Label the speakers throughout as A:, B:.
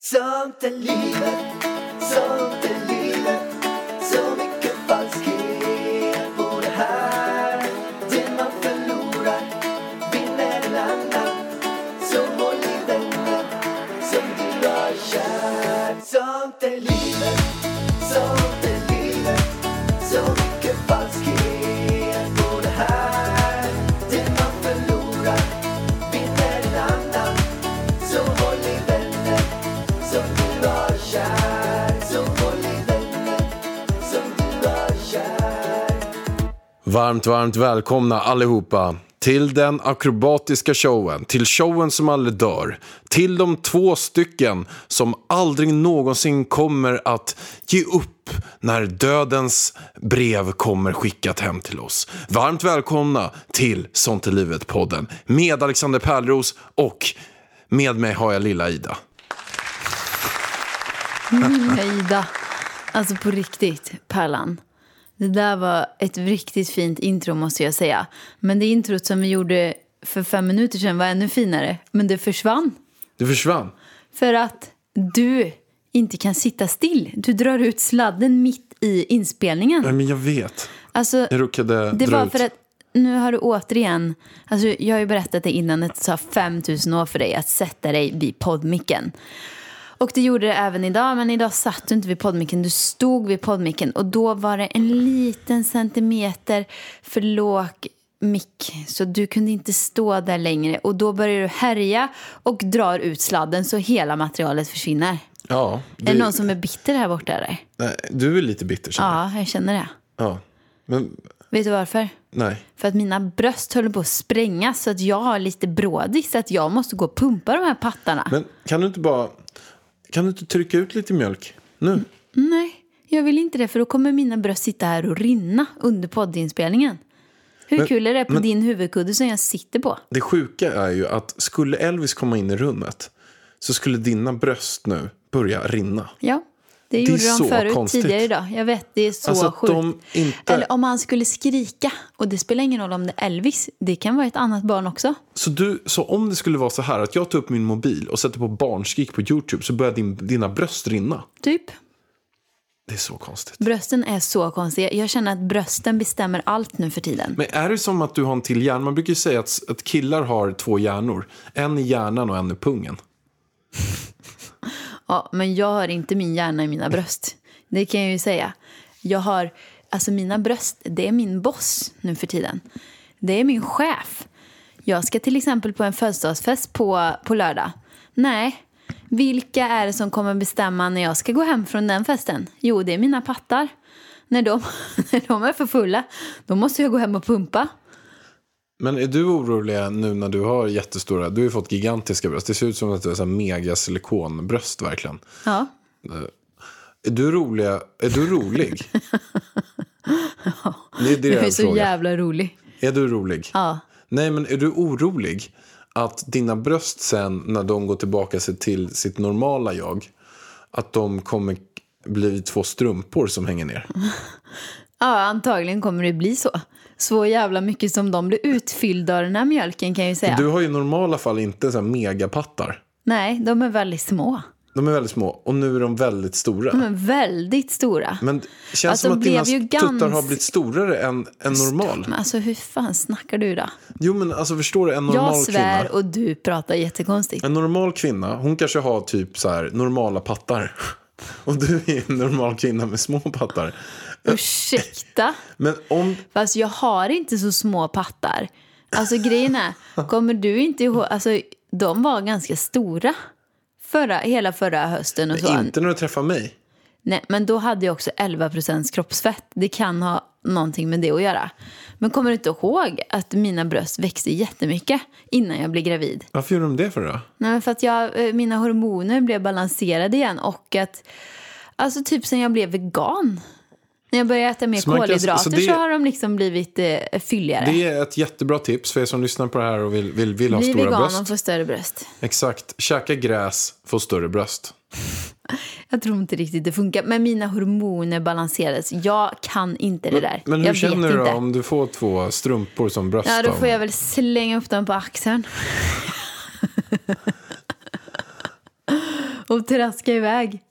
A: Sånt är livet, sånt är livet Så mycket falskhet på det här Det man förlorar vinner en annan Så håll i vänner som du har kär Sånt är livet, sånt är livet Så mycket falskhet på det här Det man förlorar vinner en annan Så håll i vänner som du har kär Så håll i vänner som du har kär
B: Varmt, varmt välkomna allihopa till den akrobatiska showen, till showen som aldrig dör, till de två stycken som aldrig någonsin kommer att ge upp när dödens brev kommer skickat hem till oss. Varmt välkomna till Sånt är livet-podden med Alexander Pärleros och med mig har jag lilla Ida.
C: Nej, Mm. Ida. Alltså på riktigt, Pärlan. Det där var ett riktigt fint intro måste jag säga. Men det introt som vi gjorde för fem minuter sedan var ännu finare. Men det försvann.
B: Du försvann.
C: För att du inte kan sitta still. Du drar ut sladden mitt i inspelningen.
B: Nej, men jag vet.
C: Alltså,
B: Jag råkade
C: det
B: dra
C: var
B: ut.
C: för att nu har du återigen, alltså jag har ju berättat det innan, att det tar 5000 år för dig att sätta dig vid poddmicken. Och det gjorde det även idag, men idag satt du inte vid poddmicken, du stod vid poddmicken och då var det en liten centimeter för låg mick, så du kunde inte stå där längre och då börjar du härja och drar ut sladden så hela materialet försvinner.
B: Ja,
C: Är det
B: du-
C: någon som är bitter här borta eller?
B: nej, du är lite bitter känner
C: Ja, jag känner det.
B: jag. Ja. Men
C: Vet du varför?
B: nej.
C: För att mina bröst håller på att sprängas så att jag har lite brådis så att jag måste gå och pumpa de här pattarna.
B: Men kan du inte bara... Kan du inte trycka ut lite mjölk? Nu?
C: Nej, jag vill inte det för då kommer mina bröst sitta här och rinna under poddinspelningen. Hur
B: Men-
C: kul är det på
B: men-
C: din huvudkudde som jag sitter på?
B: Det sjuka är ju att skulle Elvis komma in i rummet så skulle dina bröst nu börja rinna.
C: Ja, det,
B: är
C: gjorde
B: så
C: de förut
B: konstigt.
C: tidigare idag. Jag vet, det är så
B: Alltså att
C: sjukt.
B: de inte...
C: Eller om han skulle skrika, och det spelar ingen roll om det är Elvis, det kan vara ett annat barn också.
B: Så, du, så om det skulle vara så här att jag tar upp min mobil och sätter på barnskrik på YouTube så börjar din, dina bröst rinna.
C: Typ.
B: Det är så konstigt.
C: Brösten är så konstiga. Jag känner att brösten bestämmer allt nu för tiden.
B: Men är det som att du har en till hjärna? Man brukar ju säga att, att killar har två hjärnor. En i hjärnan och en i pungen.
C: Ja, men jag har inte min hjärna i mina bröst. Det kan jag ju säga. Jag har, alltså mina bröst, det är min boss nu för tiden. Det är min chef. Jag ska till exempel på en födelsedagsfest på, på lördag. Nej, vilka är det som kommer bestämma när jag ska gå hem från den festen? Jo, det är mina pattar. När de, när de är för fulla, då måste jag gå hem och pumpa.
B: Men är du orolig nu när du har jättestora, du har ju fått gigantiska bröst. Det ser ut som att du har så här mega silikonbröst verkligen.
C: Ja,
B: Är du rolig? Är du rolig? det är det
C: du
B: jag
C: är så
B: frågar.
C: jävla rolig.
B: Är du rolig?
C: Ja.
B: Nej, men är du orolig att dina bröst sen när de går tillbaka sig till sitt normala jag, att de kommer bli två strumpor som hänger ner?
C: Ja, antagligen kommer det bli så. Så jävla mycket som de blir utfyllda av den här mjölken kan jag ju säga.
B: Du har ju i normala fall inte så här megapattar.
C: Nej, de är väldigt små.
B: De är väldigt små och nu är de väldigt stora.
C: De är väldigt stora. Men,
B: Men det känns
C: Alltså,
B: som att
C: blev
B: dina
C: ju
B: tuttar har
C: gans-
B: blivit storare än, än normal.
C: alltså hur fan snackar du då?
B: Jo men alltså förstår du en normal
C: Jag svär
B: kvinna.
C: och du pratar jättekonstigt.
B: En normal kvinna, hon kanske har typ så här normala pattar. Och du är en normal kvinna med små pattar.
C: Ursäkta?
B: Men om,
C: Fast jag har inte så små pattar. Alltså grejen är, kommer du inte ihåg, alltså de var ganska stora. Förra, hela förra hösten och så.
B: inte när du träffar mig.
C: Nej, men då hade jag också 11 kroppsfett. Det kan ha någonting med det att göra. Men kommer du inte ihåg att mina bröst växte jättemycket innan jag blev gravid?
B: Varför gjorde de det för då?
C: Nej, men för att jag, eh, mina hormoner blev balanserade igen och att... Alltså typ sen jag blev vegan. När jag började äta mer
B: Så man kan-
C: kolhydrater
B: så
C: så,
B: det-
C: har de liksom blivit eh, fylligare.
B: Det är ett jättebra tips för er som lyssnar på det här och vill, vill, vill ha
C: Bli
B: stora
C: vegan
B: bröst.
C: och få större bröst.
B: Exakt. Käka gräs, få större bröst.
C: Jag tror inte riktigt det funkar. Men mina hormoner balanserades. Jag kan inte det där.
B: Men hur
C: jag
B: känner
C: vet
B: du då
C: inte.
B: om du får två strumpor som bröst?
C: Ja, då
B: av
C: får jag väl slänga upp dem på axeln. och traska iväg.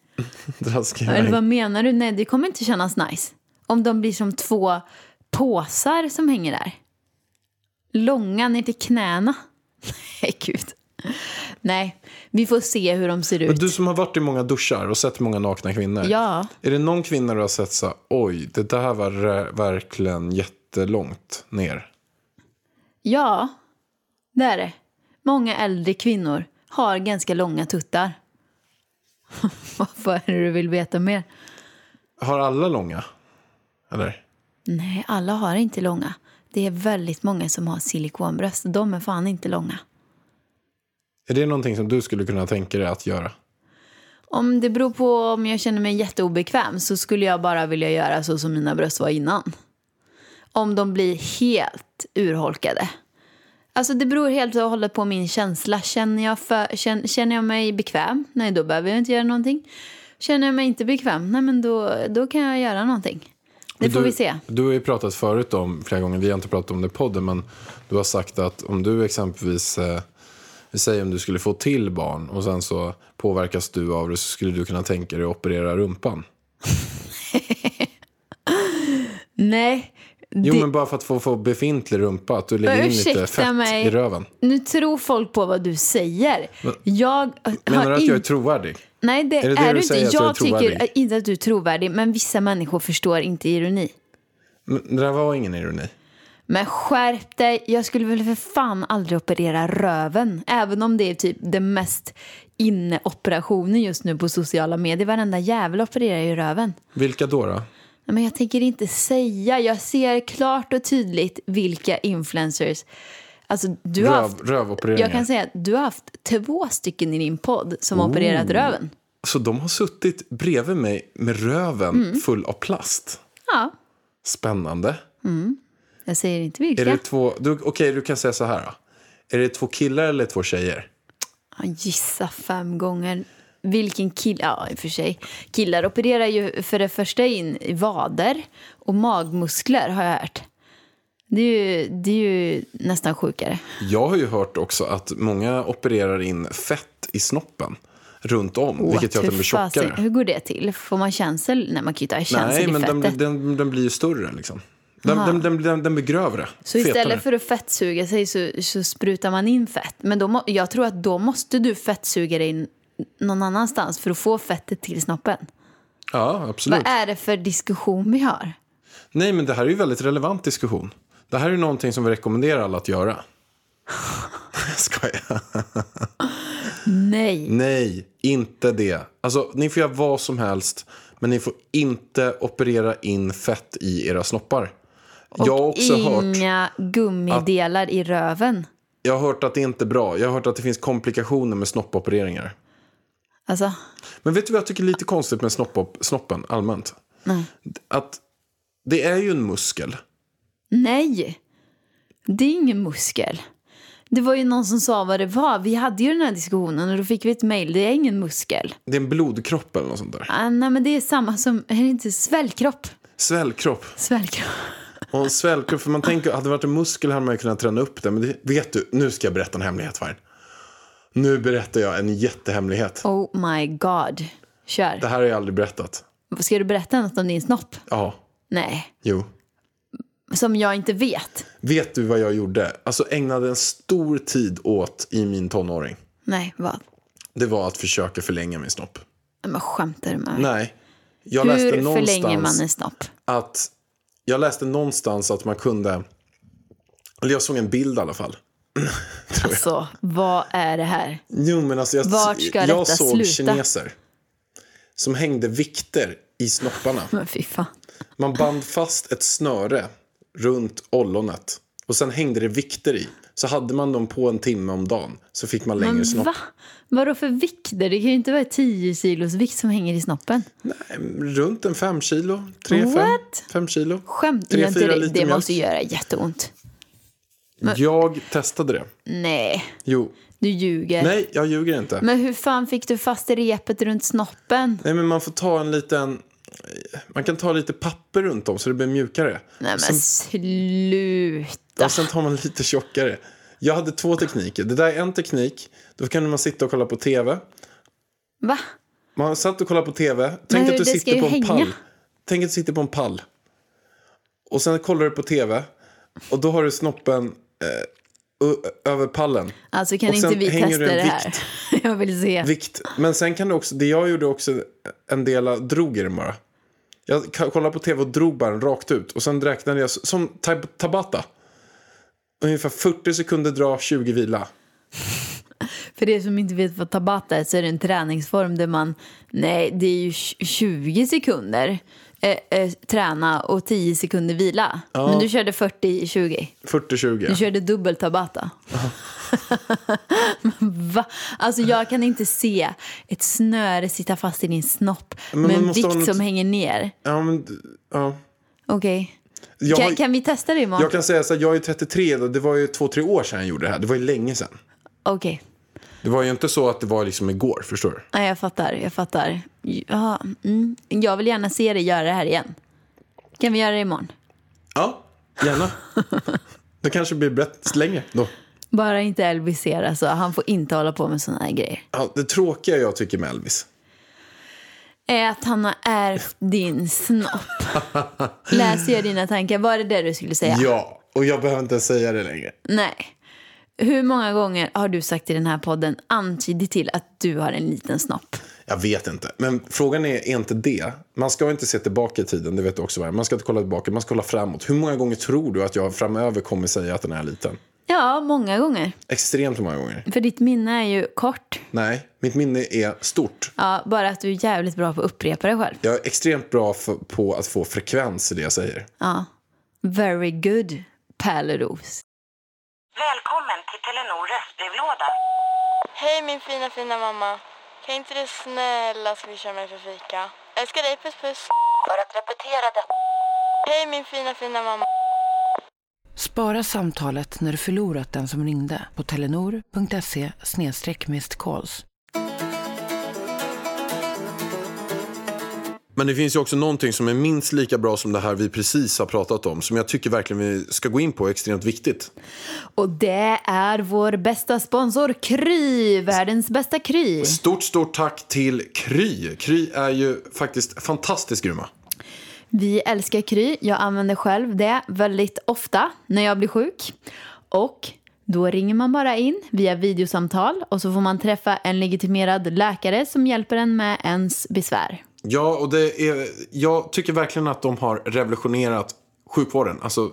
B: Draska
C: Eller
B: iväg.
C: vad menar du? Nej, det kommer inte kännas nice. Om de blir som två påsar som hänger där. Långa ner till knäna. Nej, gud. Nej, vi får se hur de ser
B: Men
C: ut.
B: du som har varit i många duschar och sett många nakna kvinnor.
C: Ja.
B: Är det någon kvinna du har sett så här, oj, det där var re- verkligen jättelångt ner?
C: Ja, det är det. Många äldre kvinnor har ganska långa tuttar. Vad är det du vill veta mer?
B: Har alla långa? Eller?
C: Nej, alla har inte långa. Det är väldigt många som har silikonbröst. De är fan inte långa.
B: Är det någonting som du skulle kunna tänka dig att göra?
C: Om det beror på om jag känner mig jätteobekväm så skulle jag bara vilja göra så som mina bröst var innan. Om de blir helt urholkade. Alltså det beror helt och hållet på min känsla. Känner jag, för, känner, känner jag mig bekväm, nej då behöver jag inte göra någonting. Känner jag mig inte bekväm, nej men då, då kan jag göra någonting. Det
B: Men
C: får
B: du,
C: vi se.
B: Du har ju pratat förut om, flera gånger, vi har inte pratat om det i podden, men du har sagt att om du exempelvis, eh, vi säger om du skulle få till barn och sen så påverkas du av det så skulle du kunna tänka dig att operera rumpan.
C: Nej.
B: Jo,
C: det-
B: men bara för att få, få befintlig rumpa, att du lägger
C: Men
B: in lite
C: ursäkta
B: fett
C: mig.
B: i röven.
C: Nu tror folk på vad du säger. Jag
B: Menar du
C: har
B: att jag är
C: inte
B: trovärdig?
C: Nej, det
B: Är det
C: är,
B: det du
C: du
B: säger, att
C: inte.
B: jag är
C: Jag tycker eh,
B: trovärdig?
C: inte att du är trovärdig, men vissa människor förstår inte ironi.
B: Men det där var ingen ironi.
C: Men skärp dig, jag skulle väl för fan aldrig operera röven. Även om det är typ den mest inne-operationen just nu på sociala medier. Varenda jävel opererar ju röven.
B: Vilka då? då?
C: Nej, Men jag tänker inte säga, jag ser klart och tydligt vilka influencers. Alltså du har haft,
B: Röv, rövopereringar.
C: jag kan säga att du har haft två stycken i din podd som opererat röven.
B: Så de har suttit bredvid mig med röven
C: Mm.
B: full av plast.
C: Ja,
B: Spännande.
C: jag säger inte
B: Är
C: vilka.
B: det två... Du, Okej, du kan säga så här. Då. Är det två killar eller två tjejer?
C: Ja, Gissa fem gånger. Vilken kille, ja i och för sig. Killar opererar ju för det första in i vader och magmuskler har jag hört. Det är ju, det är ju nästan sjukare.
B: Jag har ju hört också att många opererar in fett i snoppen runt om, vilket gör att den blir
C: Hur fasen-
B: tjockare.
C: Hur går det till? Får man känsel? Nej, man kan ju inte ha känsel
B: Nej,
C: i
B: men den,
C: fettet.
B: den, den blir ju större liksom. Den, den, den, den, den blir grövre.
C: så istället
B: fetare.
C: för att fettsuga sig så, så sprutar man in fett. Men då, må- jag tror att då måste du fettsuga dig någon annanstans för att få fettet till snoppen.
B: Ja, absolut.
C: Vad är det för diskussion vi har?
B: Nej, men det här är ju väldigt relevant diskussion. Det här är ju någonting som vi rekommenderar alla att göra. Skojar.
C: Nej.
B: Nej, inte det. Alltså, ni får göra vad som helst, men ni får inte operera in fett i era snoppar. jag har också hört,
C: inga gummidelar i röven.
B: jag har hört att det inte är bra. Jag har hört att det finns komplikationer med snoppopereringar.
C: Alltså,
B: Men vet du vad jag tycker är lite konstigt med snoppop, snoppen allmänt? Att det är ju en muskel.
C: nej. Det är ingen muskel. Det var ju någon som sa vad det var. Vi hade ju den här diskussionen och då fick vi ett mejl. Det är ingen muskel.
B: Det är en blodkropp eller något sånt där.
C: Ah, nej, men det är samma som... Är det inte svällkropp?
B: Svällkropp.
C: Svällkropp.
B: Och en svällkropp, för man tänker, hade det varit en muskel hade man ju kunnat träna upp det. Men det, vet du, nu ska jag berätta en hemlighet för er. Nu berättar jag en jättehemlighet.
C: Oh my god. Kör.
B: Det här har jag aldrig berättat.
C: Ska du berätta något om din snopp?
B: Ja,
C: Nej.
B: jo.
C: Som jag inte vet.
B: Vet du vad jag gjorde? Alltså ägnade en stor tid åt i min tonåring.
C: Nej, vad?
B: Det var att försöka förlänga min snopp.
C: Nej, Men skämtar du med mig?
B: Nej. Jag läste
C: Hur
B: någonstans
C: förlänger man en snopp?
B: att... Jag läste någonstans att man kunde... Eller jag såg en bild i alla fall.
C: Alltså, vad är det här?
B: Jo, men alltså jag,
C: Vart ska detta
B: jag såg
C: sluta?
B: kineser som hängde vikter i snopparna.
C: Men fy fan.
B: Man band fast ett snöre runt ollonet och sen hängde det vikter i. Så hade man dem på en timme om dagen så fick man längre snopp.
C: Va? Vadå för vikter? Det kan ju inte vara 10 kilos vikt som hänger i snoppen.
B: Runt en fem kilo. Tre, fem,
C: What?
B: fem kilo.
C: Skämtar
B: Tre,
C: jag inte
B: fyra
C: dig?
B: liter
C: Det
B: mjölk.
C: måste göra jätteont.
B: Jag testade det.
C: Nej,
B: Jo.
C: du ljuger.
B: Nej, jag ljuger inte.
C: Men hur fan fick du fast repet runt snoppen?
B: Nej, men man får ta en liten... Man kan ta lite papper runt om så det blir mjukare.
C: Nej men
B: Sen-
C: sluta.
B: Och sen tar man lite tjockare. Jag hade två tekniker. Det där är en teknik. Då kan man sitta och kolla på tv.
C: Va?
B: Man satt och kollade på tv. Tänk
C: hur-
B: att du
C: det ska
B: sitter
C: ju
B: på en
C: hänga.
B: pall. Tänk att du sitter på en pall. Och sen kollar du på tv. Och då har du snoppen eh, ö- över pallen.
C: Alltså kan
B: Och sen
C: inte vi
B: hänger
C: testa
B: du en
C: det här?
B: vikt.
C: Jag vill se.
B: Vikt. Men sen kan du också, det jag gjorde också en del, av- drog i den bara. Jag k- kollade på tv och drog bara den rakt ut. Och sen räknade jag, s- som tab- Tabata. Ungefär 40 sekunder dra, 20 vila.
C: För er som inte vet vad tabata är så är det en träningsform där man, nej det är ju tj- 20 sekunder eh, eh, träna och 10 sekunder vila. Men du körde 40-20.
B: 40-20.
C: Du körde dubbel tabata. Men Va? Alltså jag kan inte se ett snöre sitta fast i din snopp
B: Men
C: med
B: man
C: en
B: måste ha
C: vikt
B: något-
C: som hänger ner.
B: Ja, men, d- ja.
C: Okej.
B: Jag,
C: Kan, kan vi testa det imorgon?
B: jag kan säga så här, jag är 33 och det var ju två, tre år sedan jag gjorde det här. Det var ju länge sedan.
C: Okej.
B: Det var ju inte så att det var liksom igår, förstår du?
C: Nej, jag fattar. Jag fattar. Ja, mm. Jag vill gärna se dig göra det här igen. Kan vi göra det imorgon?
B: Ja, gärna. det kanske blir brett längre då.
C: Bara inte Elvis ser, alltså. Han får inte hålla på med såna här grejer.
B: Ja, det tråkiga jag tycker med Elvis.
C: Är att han har ärvt din snopp. Läser jag dina tankar? Var det det du skulle säga?
B: Ja, och jag behöver inte ens säga det längre.
C: Nej. Hur många gånger har du sagt i den här podden antydit till att du har en liten snopp?
B: Jag vet inte. Men frågan är, är inte det. Man ska ju inte se tillbaka i tiden, det vet du också. va? Man ska inte kolla tillbaka, man ska kolla framåt. Hur många gånger tror du att jag framöver kommer säga att den är liten?
C: Ja, många gånger.
B: Extremt många gånger.
C: För ditt minne är ju kort.
B: Nej, mitt minne är stort.
C: Ja, bara att du är jävligt bra på att upprepa dig själv.
B: Jag är extremt bra f- på att få frekvens i det jag säger.
C: Very good, Pärleros.
D: Välkommen till Telenor röstbrevlåda.
E: Hej min fina fina mamma. Kan inte du snälla swisha mig för fika? Älskar dig, puss puss.
D: För att repetera detta
E: Hej min fina fina mamma.
F: Spara samtalet när du förlorat den som ringde på telenor.se calls.
B: Men det finns ju också någonting som är minst lika bra som det här vi precis har pratat om. Som jag tycker verkligen vi ska gå in på, är extremt viktigt.
C: Och det är vår bästa sponsor Kry, världens bästa Kry.
B: Stort, stort tack till Kry. Kry är ju faktiskt fantastiskt grymma.
C: Vi älskar Kry, jag använder själv det väldigt ofta när jag blir sjuk. Och då ringer man bara in via videosamtal och så får man träffa en legitimerad läkare som hjälper en med ens besvär.
B: Ja, och det är, jag tycker verkligen att de har revolutionerat sjukvården. Alltså,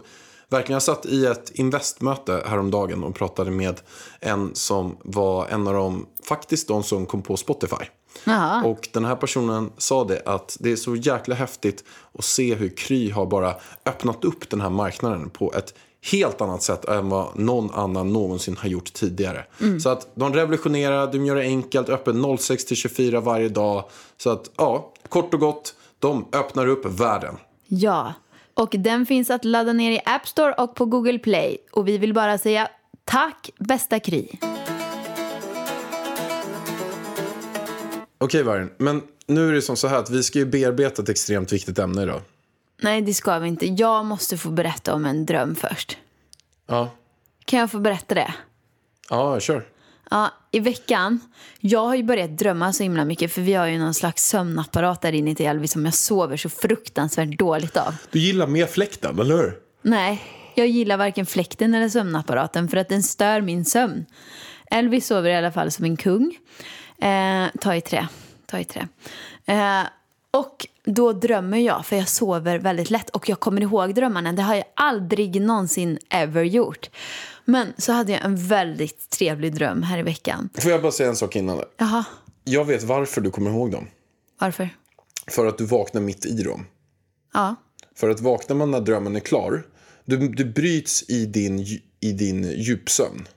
B: verkligen, jag satt i ett investmöte häromdagen och pratade med en som var en av de, faktiskt de som kom på Spotify.
C: Jaha.
B: Och den här personen sa det att det är så jäkla häftigt att se hur Kry har bara öppnat upp den här marknaden på ett helt annat sätt än vad någon annan någonsin har gjort tidigare. Så att de revolutionerar, de gör det enkelt, öppen 06 till 24 varje dag. Så att ja, kort och gott, de öppnar upp världen.
C: Ja, och den finns att ladda ner i App Store och på Google Play. Och vi vill bara säga tack bästa Kry.
B: Okej Vargen, men nu är det som så här att vi ska ju bearbeta ett extremt viktigt ämne idag.
C: Nej, det ska vi inte. Jag måste få berätta om en dröm först.
B: Ja,
C: Kan jag få berätta det?
B: ja kör.
C: Ja, i veckan. Jag har ju börjat drömma så himla mycket för vi har ju någon slags sömnapparat där inne till Elvis som jag sover så fruktansvärt dåligt av.
B: Du gillar mer fläkten, eller hur?
C: Nej, jag gillar varken fläkten eller sömnapparaten för att den stör min sömn. Elvis sover i alla fall som en kung. Eh, ta i trä, ta i trä. Eh, och då drömmer jag, för jag sover väldigt lätt och jag kommer ihåg drömmarna. Det har jag aldrig någonsin ever gjort. Men så hade jag en väldigt trevlig dröm här i veckan.
B: Får jag bara säga en sak innan?
C: Jaha,
B: Jag vet varför du kommer ihåg dem.
C: varför?
B: För att du vaknar mitt i dem.
C: Ja.
B: För att vaknar man när drömmen är klar, du, du bryts i din, dju- i din djupsömn.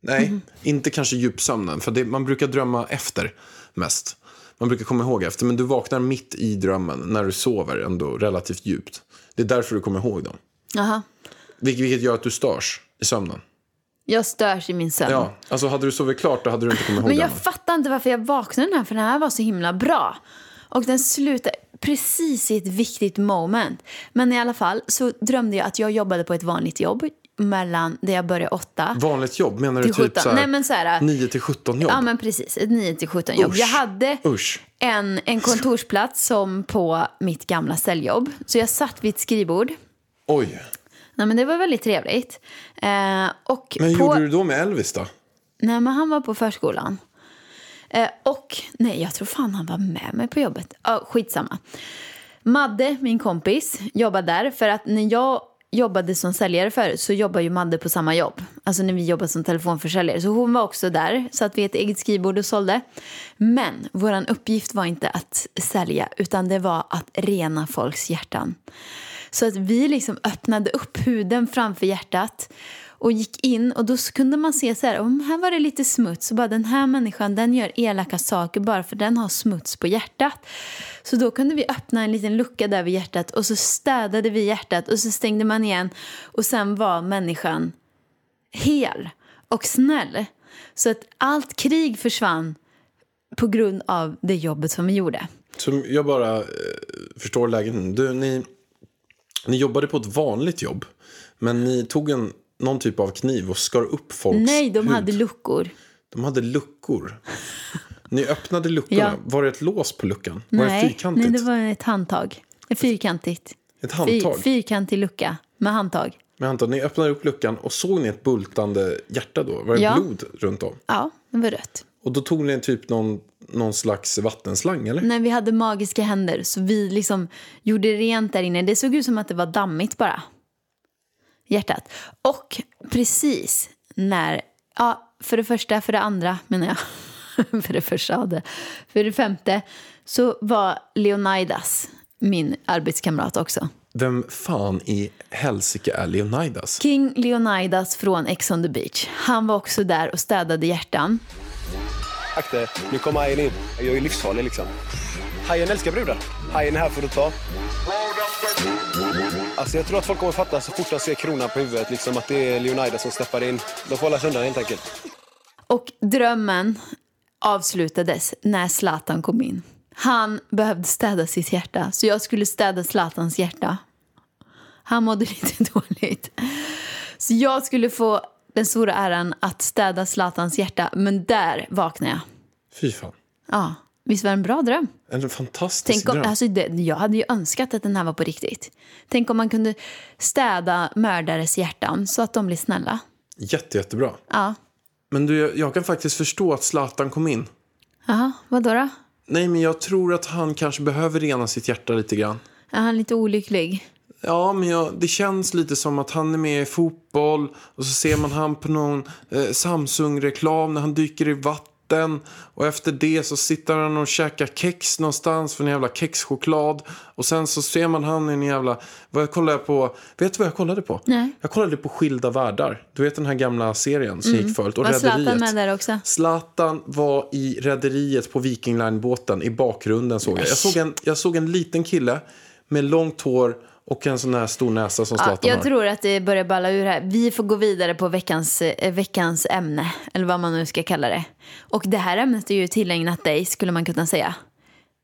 B: Nej,
C: Mhm.
B: inte kanske djupsömnen, för det, man brukar drömma efter mest. Man brukar komma ihåg efter, men du vaknar mitt i drömmen när du sover ändå relativt djupt. Det är därför du kommer ihåg dem.
C: Jaha.
B: Vil- vilket gör att du störs i sömnen.
C: Jag störs i min sömn.
B: Ja, alltså hade du sovit klart då hade du inte kommit ihåg
C: Men jag
B: drömmen.
C: fattar inte varför jag vaknade den här, för den här var så himla bra. Och den slutade precis i ett viktigt moment. Men i alla fall så drömde jag att jag jobbade på ett vanligt jobb. mellan där jag börjar åtta
B: Vanligt jobb? Menar du
C: till
B: typ
C: 17.
B: så här,
C: Nej men så här. äh,
B: 9 till 17 jobb?
C: Ja men precis, ett 9 till 17 jobb.
B: Usch.
C: Jag hade
B: Usch.
C: en, en kontorsplats som på mitt gamla ställjobb. Så jag satt vid ett skrivbord.
B: Oj.
C: Nej men det var väldigt trevligt. Eh, och
B: Men hur
C: på...
B: gjorde du då med Elvis då?
C: Nej, men han var på förskolan. Eh, och, nej, jag tror fan han var med mig på jobbet. Ja, skitsamma. Madde, min kompis, jobbade där för att när jag jobbade som säljare förut så jobbar ju Madde på samma jobb. Alltså när vi jobbar som telefonförsäljare. Så hon var också där, så att vi ett eget skrivbord och sålde. Men vår uppgift var inte att sälja, utan det var att rena folks hjärtan. Så att vi liksom öppnade upp huden framför hjärtat och gick in och då kunde man se så här, om här var det lite smuts och bara den här människan den gör elaka saker bara för den har smuts på hjärtat. Så då kunde vi öppna en liten lucka där vid hjärtat och så städade vi hjärtat och så stängde man igen och sen var människan hel och snäll. Så att allt krig försvann på grund av det jobbet som vi gjorde.
B: Som jag bara eh, förstår läget nu. Du, ni, ni jobbade på ett vanligt jobb. Men ni tog en, någon typ av kniv och skar upp folks
C: Nej, de
B: hud.
C: hade luckor.
B: de hade luckor. Ni öppnade luckorna.
C: Ja.
B: Var det ett lås på luckan? var det
C: Nej,
B: fyrkantigt?
C: nej, det var ett handtag. Fyrkantigt.
B: Ett handtag?
C: Fyr, fyrkantig lucka med handtag.
B: Men Anton, ni öppnade upp luckan och såg ni ett bultande hjärta då? Var det
C: Ja.
B: blod runt om?
C: Ja, det var rött.
B: Och då tog ni typ någon, någon slags vattenslang eller?
C: När vi hade magiska händer så vi liksom gjorde rent där inne. Det såg ut som att det var dammigt bara. Hjärtat. Och precis när, ja, för det första, för det andra menar jag. för det första hade. För det femte så var Leonidas min arbetskamrat också.
B: Vem fan i helsike är Leonidas?
C: King Leonidas från Ex on the beach. Han var också där och städade hjärtan.
G: Akta er, nu kommer hajen in. Jag är ju livsfarlig liksom. Hajen älskar brudar. Hajen är här för att ta. Alltså jag tror att folk kommer fatta så fort de ser kronan på huvudet liksom att det är Leonidas som steppar in. De får hålla sig undan helt enkelt.
C: Och drömmen avslutades när Zlatan kom in. Han behövde städa sitt hjärta, så jag skulle städa Zlatans hjärta. Han mådde lite dåligt. Så jag skulle få den stora äran att städa Zlatans hjärta, men där vaknade jag.
B: Fy fan.
C: Ja, visst var det en bra dröm?
B: En fantastisk
C: Tänk om,
B: dröm.
C: alltså det, jag hade ju önskat att den här var på riktigt. Tänk om man kunde städa mördares hjärtan så att de blir snälla.
B: Jätte, jättebra.
C: Ja,
B: Men du, jag, jag kan faktiskt förstå att Zlatan kom in.
C: Jaha, vadå då?
B: Nej, men jag tror att han kanske behöver rena sitt hjärta lite grann.
C: Är han lite olycklig?
B: Ja, men jag, det känns lite som att han är med i fotboll och så ser man han på någon eh, Samsung-reklam när han dyker i vatten. Och efter det så sitter han och käkar kex någonstans för en jävla kexchoklad. Och sen så ser man han i en jävla... Vad jag kollade på... Vet du vad jag kollade på?
C: Nej.
B: Jag kollade på Skilda Världar. Du vet den här gamla serien som gick förut. Och
C: Var Mm. Zlatan
B: Rederiet.
C: med där också?
B: Zlatan var i Rederiet på Viking Line-båten i bakgrunden såg jag. Jag såg, en, jag såg en liten kille med långt hår och en sån här stor näsa som
C: Ja,
B: Zlatan
C: jag
B: har.
C: tror att det börjar balla ur här. Vi får gå vidare på veckans, eh, veckans ämne, eller vad man nu ska kalla det. Och det här ämnet är ju tillägnat dig, skulle man kunna säga.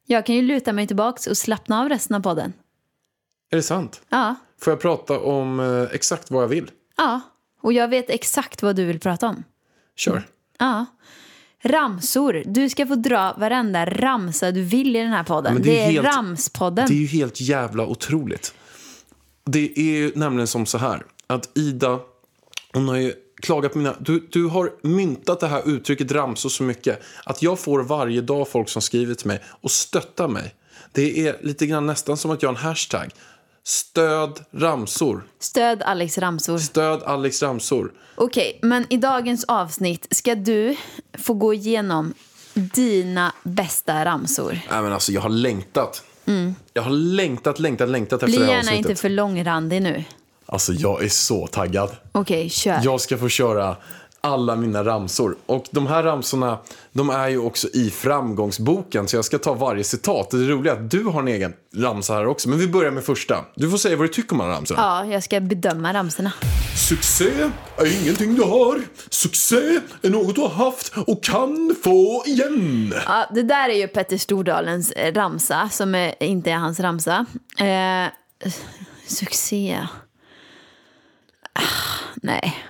C: Jag kan ju luta mig tillbaks och slappna av resten av podden.
B: Är det sant?
C: Ja,
B: Får jag prata om eh, exakt vad jag vill?
C: ja. Och jag vet exakt vad du vill prata om.
B: Kör.
C: Ja. Ramsor. Du ska få dra varenda ramsa du vill i den här podden.
B: men
C: det,
B: det är
C: är
B: helt-
C: Ramspodden.
B: Det är ju helt jävla otroligt. Det är ju nämligen som så här att Ida, hon har ju klagat på mina... Du, du har myntat det här uttrycket ramsor så mycket att jag får varje dag folk som skriver till mig och stöttar mig. Det är lite grann nästan som att jag har en hashtag. Stöd ramsor.
C: Stöd Alex ramsor.
B: Stöd Alex ramsor.
C: Okej, men i dagens avsnitt ska du få gå igenom dina bästa ramsor.
B: Nej men alltså jag har längtat. Jag har längtat, längtat, längtat efter
C: Mm. Bli
B: det här
C: gärna
B: avsnittet.
C: inte för långrandig nu.
B: Alltså jag är så taggad.
C: Okej, kör.
B: Jag ska få köra alla mina ramsor. Och de här ramsorna, de är ju också i framgångsboken. Så jag ska ta varje citat. Det roliga är att du har en egen ramsa här också. Men vi börjar med första. Du får säga vad du tycker om alla ramsorna.
C: Ja, jag ska bedöma ramsorna.
B: Succé är ingenting du har. Succé är något du har haft och kan få igen.
C: Ja, det där är ju Petter Stordalens eh, ramsa, som är, inte är hans ramsa. Eh, succé. Ah, Nej.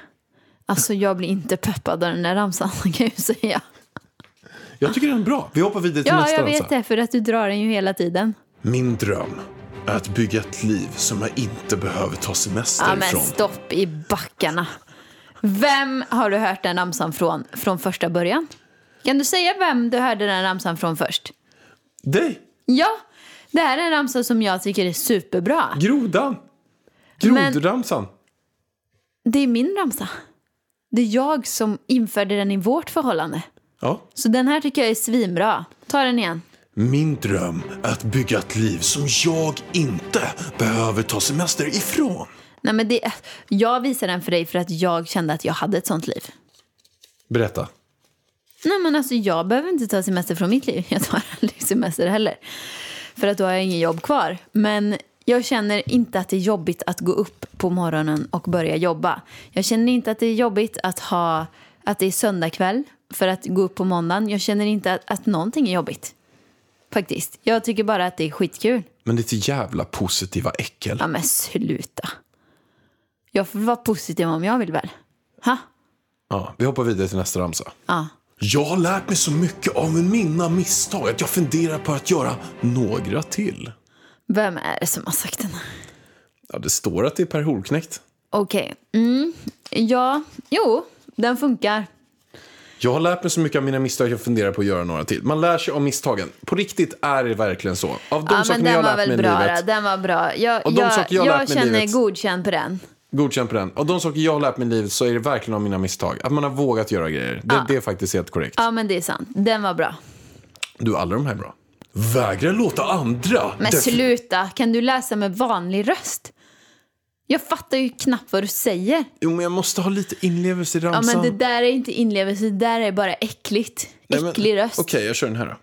C: Alltså jag blir inte peppad av den där ramsan kan jag ju säga.
B: Jag tycker den är bra. Vi hoppar vidare till
C: Ja,
B: nästa
C: jag
B: ramsa.
C: vet det för att du drar den ju hela tiden.
B: Min dröm är att bygga ett liv som jag inte behöver ta semester
C: Ja, men
B: ifrån.
C: stopp i backarna. Vem har du hört den ramsan från, från första början? Kan du säga vem du hörde den ramsan från först?
B: Dig!
C: Ja, det här är en ramsa som jag tycker är superbra.
B: Grodan!
C: Men-
B: Grodramsan.
C: Det är min ramsa. Det är jag som införde den i vårt förhållande.
B: Ja.
C: Så den här tycker jag är svinbra. Ta den igen.
B: Min dröm är att bygga ett liv som jag inte behöver ta semester ifrån.
C: Nej, men det, jag visade den för dig för att jag kände att jag hade ett sånt liv.
B: Berätta.
C: Nej men alltså jag behöver inte ta semester från mitt liv. Jag tar aldrig semester heller. För att då har jag ingen jobb kvar. Men jag känner inte att det är jobbigt att gå upp på morgonen och börja jobba. Jag känner inte att det är jobbigt att, ha, att det är söndag kväll för att gå upp på måndagen. Jag känner inte att, att någonting är jobbigt. Faktiskt. Jag tycker bara att det är skitkul.
B: Men ditt jävla positiva äckel.
C: Ja men sluta. Jag får vara positiv om jag vill väl? Ha?
B: Ja, vi hoppar vidare till nästa ramsa.
C: Ja.
B: Jag har lärt mig så mycket av mina misstag att jag funderar på att göra några till.
C: Vem är det som har sagt den här?
B: Ja, det står att det är Per Holknekt.
C: Okej. Mm. Ja, jo, den funkar.
B: Jag har lärt mig så mycket av mina misstag att jag funderar på att göra några till. Man lär sig av misstagen. På riktigt är det verkligen så. Av de
C: ja, men
B: sakerna jag
C: den
B: har
C: var
B: lärt mig
C: väl
B: i
C: bra.
B: livet.
C: då, Den var bra. Jag,
B: Och de
C: jag,
B: saker jag har lärt mig i
C: känner
B: livet.
C: godkänd på den.
B: Godkänd på den. Av de saker jag har lärt mig i livet så är det verkligen av mina misstag. Att man har vågat göra grejer. Det,
C: Ah.
B: det är faktiskt helt korrekt.
C: Ja, men det är sant. Den var bra.
B: Du, alla de här är bra. Vägra låta andra...
C: Men
B: defi-
C: sluta, kan du läsa med vanlig röst? Jag fattar ju knappt vad du säger.
B: Jo, men jag måste ha lite inlevelse i
C: Ja,
B: ramsan.
C: men det där är inte inlevelse, det där är bara äckligt.
B: Alltså. Nej, men-
C: Äcklig röst.
B: Okej, jag kör den här då.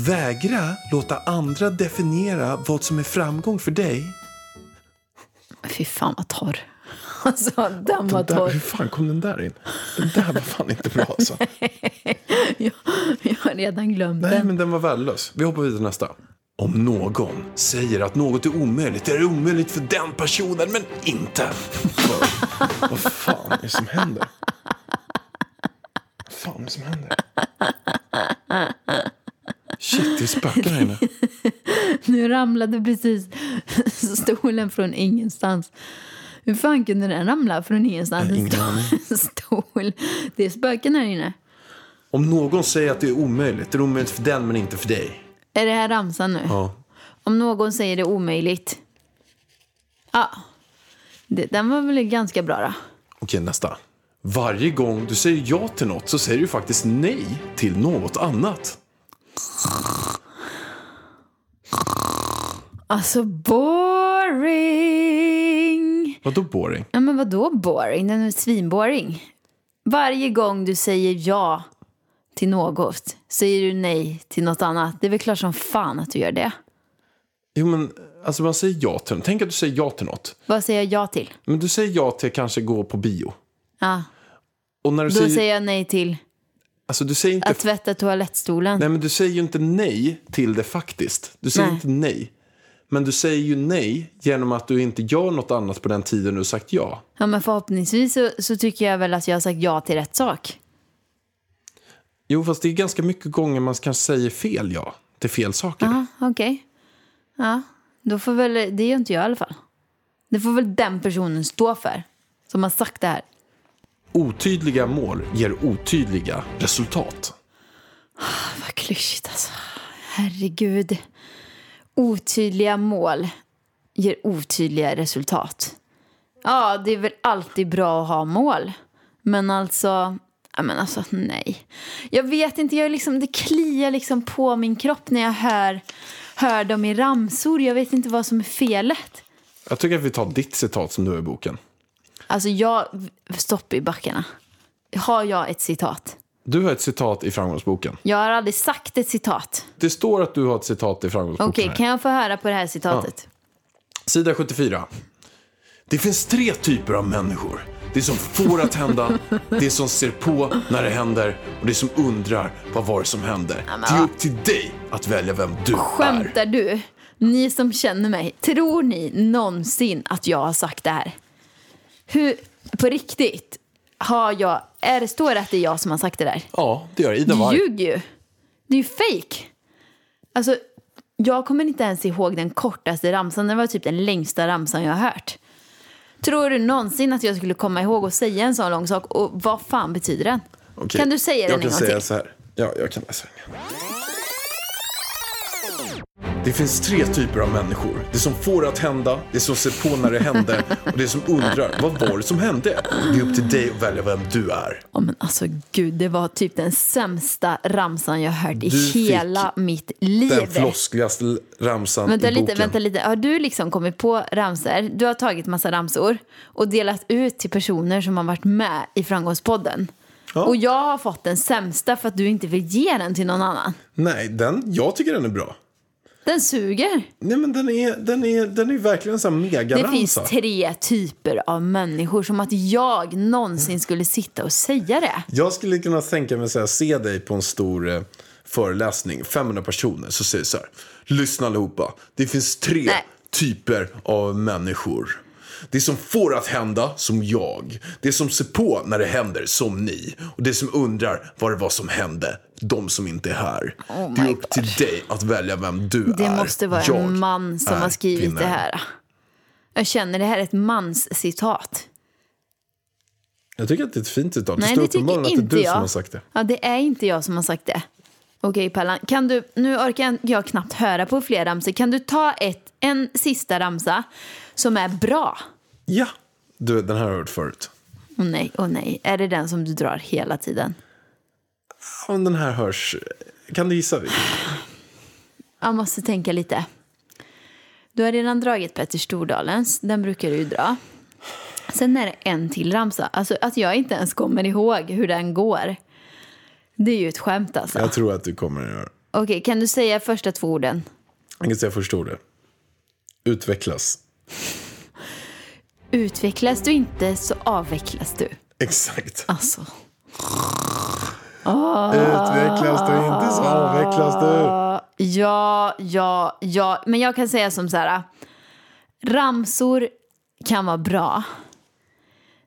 B: Vägra låta andra definiera vad som är framgång för dig.
C: Fy fan vad torr. Alltså, den var
B: Den där,
C: torr.
B: hur fan kom den där in? Den där var fan inte bra alltså.
C: Jag, jag har redan glömt
B: Nej,
C: den.
B: men den var värdelös. Vi hoppar vidare till nästa. Om någon säger att något är omöjligt är det omöjligt för den personen, men inte för... Vad fan är det som händer? Vad fan är det som händer? Shit, det spökar här inne.
C: Nu ramlade precis stolen från ingenstans. Hur fan kunde den ramla från ingenstans?
B: Jag har
C: En
B: ingen
C: stol. stol. Det är spöken här inne.
B: Om någon säger att det är omöjligt är det omöjligt för den, men inte för dig.
C: Är det här ramsan nu?
B: Ja.
C: Om någon säger det omöjligt. Ja. Det, den var väl ganska bra då.
B: Okej, nästa. Varje gång du säger ja till något så säger du faktiskt nej till något annat.
C: Alltså boring.
B: Vadå boring?
C: Ja men vadå boring? Den är svinboring. Varje gång du säger ja till något säger du nej till något annat. Det är väl klart som fan att du gör det.
B: Jo, men alltså man säger ja till Tänk att du säger ja till något.
C: Vad säger jag ja till?
B: Men du säger ja till kanske gå på bio.
C: Ja,
B: Och när du
C: då
B: säger...
C: säger jag nej till
B: Alltså du säger inte...
C: att tvätta toalettstolen.
B: Nej, men du säger ju inte nej till det faktiskt. Du säger
C: Nej.
B: inte nej. Men du säger ju nej genom att du inte gör något annat på den tiden du har sagt ja.
C: Ja, men förhoppningsvis så, så tycker jag väl att jag har sagt ja till rätt sak.
B: Jo, fast det är ganska mycket gånger man kanske säger fel ja till fel saker.
C: Ja, okej. Ja, då får väl, det gör inte jag i alla fall. Det får väl den personen stå för, som har sagt det här.
B: Otydliga mål ger otydliga resultat.
C: Vad klyschigt alltså. Herregud. Otydliga mål ger otydliga resultat. Ja, det är väl alltid bra att ha mål. Men alltså, ja men alltså nej. Jag vet inte, jag är liksom, det kliar liksom på min kropp när jag hör, hör dem i ramsor. Jag vet inte vad som är felet.
B: Jag tycker att vi tar ditt citat som du har i boken.
C: Alltså jag, stopp i backarna. Har jag ett citat?
B: Du har ett citat i framgångsboken.
C: Jag har aldrig sagt ett citat.
B: Det står att du har ett citat i framgångsboken.
C: Okej,
B: här.
C: kan jag få höra på det här citatet?
B: Sida 74. Det finns tre typer av människor. Det som får att hända, det som ser på när det händer och det som undrar vad var det som hände. Det är upp till dig att välja vem du är.
C: Skämtar du? Ni som känner mig, tror ni någonsin att jag har sagt det här? Hur, på riktigt, har jag, är det, står det att det är jag som har sagt det där?
B: Ja, det gör Ida
C: Du
B: Warg.
C: ljuger ju. Det är ju fake. Alltså, jag kommer inte ens ihåg den kortaste ramsan. Det var typ den längsta ramsan jag har hört. Tror du någonsin att jag skulle komma ihåg och säga en sån lång sak? Och vad fan betyder den?
B: Okej,
C: Kan du säga den
B: jag
C: en gång
B: kan säga
C: till?
B: så här. Ja, jag kan läsa den. igen. Det finns tre typer av människor. Det som får det att hända, det som ser på när det hände och det som undrar vad var det som hände? Det är upp till dig att välja vem du är.
C: Ja, men alltså gud, det var typ den sämsta ramsan jag hört i
B: Du fick
C: hela mitt liv.
B: Den floskligaste l- ramsan
C: Vänta
B: i boken.
C: lite, vänta lite. Har du liksom kommit på ramsor? Du har tagit massa ramsor och delat ut till personer som har varit med i Framgångspodden. Och jag har fått den sämsta för att du inte vill ge den till någon annan.
B: Nej, den, jag tycker den är bra.
C: Den suger.
B: Nej men den är, den är, den är verkligen en sån här
C: Det finns
B: megaramsa.
C: tre typer av människor. Som att jag någonsin skulle sitta och säga det.
B: Jag skulle kunna tänka mig att se dig på en stor eh, föreläsning, 500 personer, så säger du så här. Lyssna allihopa, det finns tre
C: Nej.
B: typer av människor. Det som får att hända, som jag. Det som ser på när det händer, som ni. Och det som undrar vad det var som hände, de som inte är här. det är
C: Oh my
B: upp till dig att välja vem du
C: Det
B: är.
C: måste vara
B: Jag
C: en man som
B: är
C: har skrivit det
B: vinnaren.
C: här. Jag känner det här är ett manscitat.
B: Jag tycker att det är ett fint citat.
C: Nej,
B: det står
C: det tycker
B: uppenbarligen att det är
C: inte
B: du
C: jag.
B: som har sagt det.
C: Ja, det är inte jag som har sagt det. Okej, Pallan. Kan du, nu orkar jag- jag knappt höra på fler ramsor. Kan du ta ett, en sista ramsa som är bra?
B: Ja, du, den här har jag hört förut.
C: Åh nej, åh nej. Är det den som du drar hela tiden?
B: Om den här hörs, kan du gissa? vilken?
C: Jag måste tänka lite. Du har redan dragit Petter Stordalens. Den brukar du ju dra. Sen är det en till ramsa. Alltså att jag inte ens kommer ihåg hur den går. Det är ju ett skämt alltså.
B: Jag tror att du kommer att göra.
C: Okej, kan du säga första två orden?
B: Jag kan säga första ordet. Utvecklas.
C: Utvecklas du inte så avvecklas du.
B: Exakt.
C: Alltså.
B: Utvecklas du inte så avvecklas du.
C: Ja, ja, ja. Men jag kan säga som så här. Ramsor kan vara bra.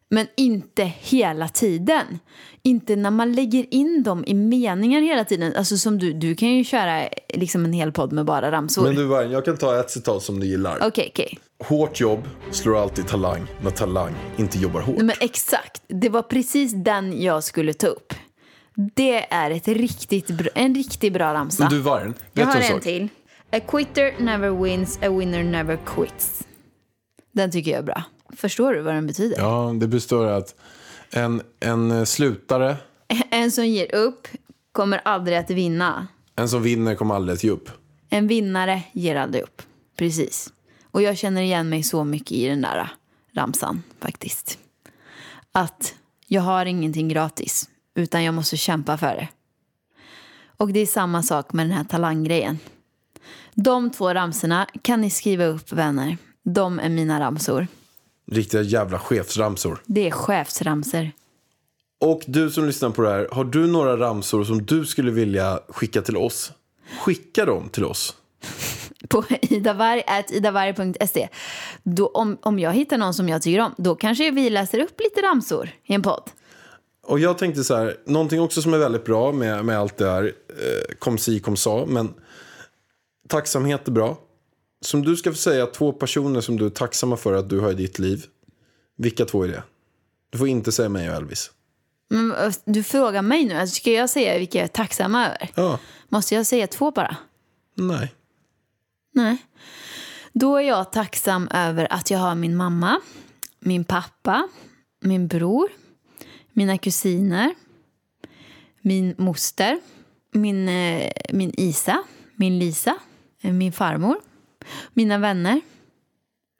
C: Men inte hela tiden. Inte när man lägger in dem i meningar hela tiden. Alltså som du, du kan ju köra liksom en hel podd med bara ramsor.
B: Men du Vargen, jag kan ta ett citat som du gillar.
C: Okej, okej.
B: Hårt jobb slår alltid talang när talang inte jobbar hårt.
C: Nej, Men exakt, det var precis den jag skulle ta upp. Det är ett riktigt bra, en riktigt bra ramsa.
B: Men du Vargen, vet
C: Jag
B: du
C: har
B: en
C: en
B: sak?
C: till. A quitter never wins, a winner never quits. Den tycker jag är bra. Förstår du vad den betyder?
B: Ja, det består av att en, en eh, slutare,
C: En som ger upp kommer aldrig att vinna.
B: en som vinner kommer aldrig att ge upp.
C: En vinnare ger aldrig upp. Precis. Och jag känner igen mig så mycket i den där äh, ramsan faktiskt. Att jag har ingenting gratis, utan jag måste kämpa för det. Och det är samma sak med den här talanggrejen. De två ramsorna kan ni skriva upp vänner. De är mina ramsor.
B: Riktiga jävla chefsramsor.
C: Det är chefsramsor.
B: Och du som lyssnar på det här, har du några ramsor som du skulle vilja skicka till oss? Skicka dem till oss.
C: på idavarg.idavarg.se. Då, om, om jag hittar någon som jag tycker om, då kanske vi läser upp lite ramsor i en podd.
B: Och jag tänkte så här, någonting också som är väldigt bra med, med allt det här, eh, kom si kom sa, men tacksamhet är bra. Som du ska få säga två personer som du är tacksamma för att du har i ditt liv, vilka två är det? Du får inte säga mig och Elvis.
C: Men, ö, du frågar mig nu, alltså, ska jag säga vilka jag är tacksam över?
B: Ja,
C: Måste jag säga två bara?
B: nej.
C: Nej. Då är jag tacksam över att jag har min mamma, min pappa, min bror, mina kusiner, min moster, min, eh, min Isa, min Lisa, eh, min farmor, mina vänner,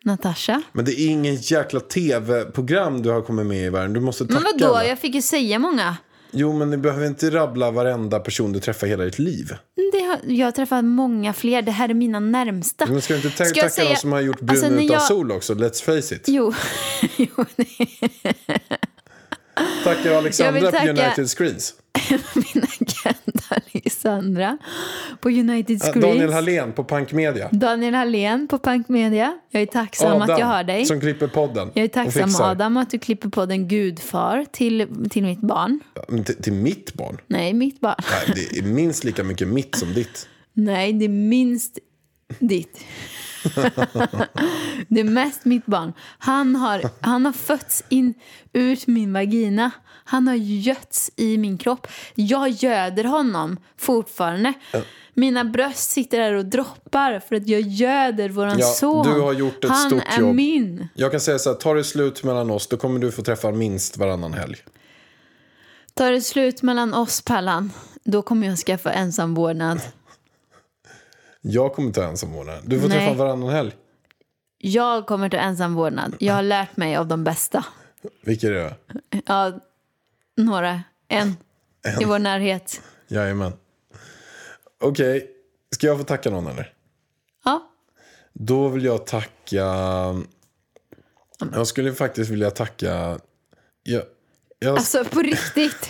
C: Natasha.
B: Men det är ingen jäkla tv-program du har kommit med i världen. Du måste tacka
C: Men vadå,
B: alla.
C: jag fick ju säga många.
B: Jo, men du behöver inte rabbla varenda person du träffar i hela ditt liv.
C: Mm, Det har, jag har träffat många fler, det här är mina närmsta.
B: Men ska du inte ta-
C: Ska jag
B: tacka
C: säga-
B: någon som har gjort brun
C: Alltså, när
B: utan
C: jag-
B: sol också? Let's face it.
C: Jo. jo nej.
B: Tackar
C: Jag
B: Alexandra
C: vill
B: på
C: tacka-
B: United Screens. Äh,
C: Min agent Alexandra på United
B: Ja,
C: Screens.
B: Daniel Hallén på Punk Media.
C: Daniel Hallén på Punk Media. Jag är tacksam
B: Adam,
C: att jag har dig.
B: som klipper podden.
C: Jag är
B: och
C: tacksam
B: fixar.
C: Adam att du klipper på den gudfar till, till mitt barn.
B: Ja, men till, till mitt barn?
C: Nej, mitt barn.
B: Nej, det är minst lika mycket mitt som ditt.
C: Nej, det är minst ditt. det är mest mitt barn. Han har, han har fötts in ut min vagina. Han har götts i min kropp. Jag göder honom fortfarande. Mina bröst sitter där och droppar för att jag göder våran
B: Ja,
C: son.
B: du har gjort ett
C: han
B: stort
C: är
B: jobb.
C: min.
B: Jag kan säga så här, tar det slut mellan oss då kommer du få träffa minst varannan helg.
C: Tar det slut mellan oss, Pallan, då kommer jag skaffa ensam vårdnad.
B: Jag kommer ta ensamvårdnaden. Du får
C: Nej.
B: träffa varannan helg.
C: Jag kommer ta ensam vårdnad. Jag har lärt mig av de bästa.
B: Vilka är det?
C: Ja, några. En. I vår närhet.
B: Jajamän. Okej, ska jag få tacka någon eller?
C: Ja.
B: Då vill jag tacka... Jag skulle faktiskt vilja tacka... Jag, jag,
C: Alltså på riktigt.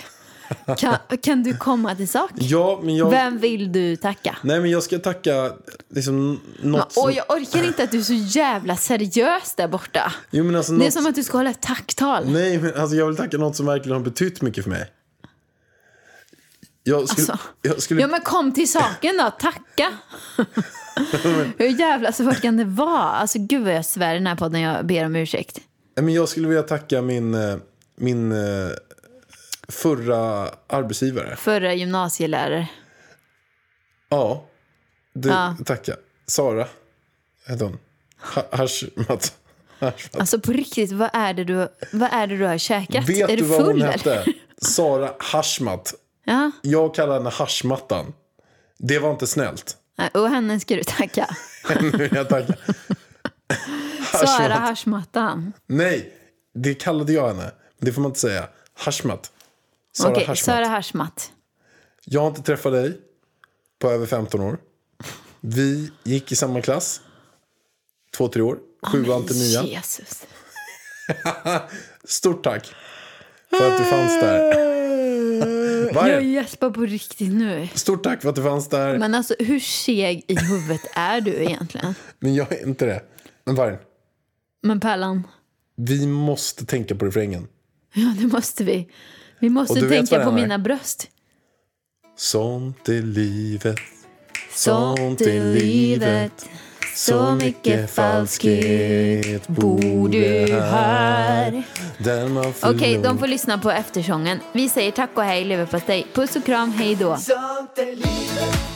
C: Kan, kan du komma till sak?
B: ja, men jag...
C: Vem vill du tacka?
B: Nej, men jag ska tacka liksom något
C: Och
B: som...
C: jag orkar inte att du är så jävla seriös där borta.
B: Jo, men alltså
C: Det är
B: något...
C: som att du ska hålla ett tacktal.
B: Nej, men alltså jag vill tacka något som verkligen har betytt mycket för mig. Jag skulle...
C: Alltså.
B: Jag skulle...
C: Ja men kom till saken då, tacka. Hur jävla svårt kan det vara? Alltså gud vad jag svär i den här podden, jag ber om ursäkt.
B: Nej, men jag skulle vilja tacka min, eh, min eh, förra arbetsgivare.
C: Förra gymnasielärare.
B: Ja, du,
C: Ja.
B: tacka. Sara hette hon. Ha- Hashmat. Hashmat.
C: Alltså på riktigt, vad är det du, vad är det du har käkat?
B: Vet
C: är
B: du
C: du
B: vad hon
C: full eller?
B: hette? Sara Hashmat.
C: Ja,
B: Jag kallar henne Hashmattan. Det var inte snällt.
C: nej, och henne ska du tacka.
B: Nu vill jag tacka.
C: Sara
B: Hashmat.
C: Hashmattan.
B: Nej, det kallade jag henne. Det får man inte säga. Hashmat. Sara
C: Okej,
B: Hashmat.
C: Sara Hashmat.
B: Jag har inte träffat dig på över 15 år. Vi gick i samma klass. Två, tre år. Sjuan till nian.
C: Jesus.
B: Stort tack för att du fanns där.
C: Jag
B: Varje.
C: gäspar på riktigt nu.
B: Stort tack för att du fanns där.
C: Men alltså hur seg i huvudet är du egentligen?
B: Men jag är inte det. Men Vargen,
C: Men Pärlan,
B: vi måste tänka på refrängen.
C: ja det måste vi. Vi
B: Och du
C: måste
B: vet vad
C: tänka på
B: den är.
C: mina bröst.
B: Sånt är livet.
C: Sånt i livet. Så mycket falskhet bor du här.
B: Där man förlorar.
C: Okej, de får lyssna på eftersången. Vi säger tack och hej leverpastej. Puss och kram, hej då.
A: Sånt är livet,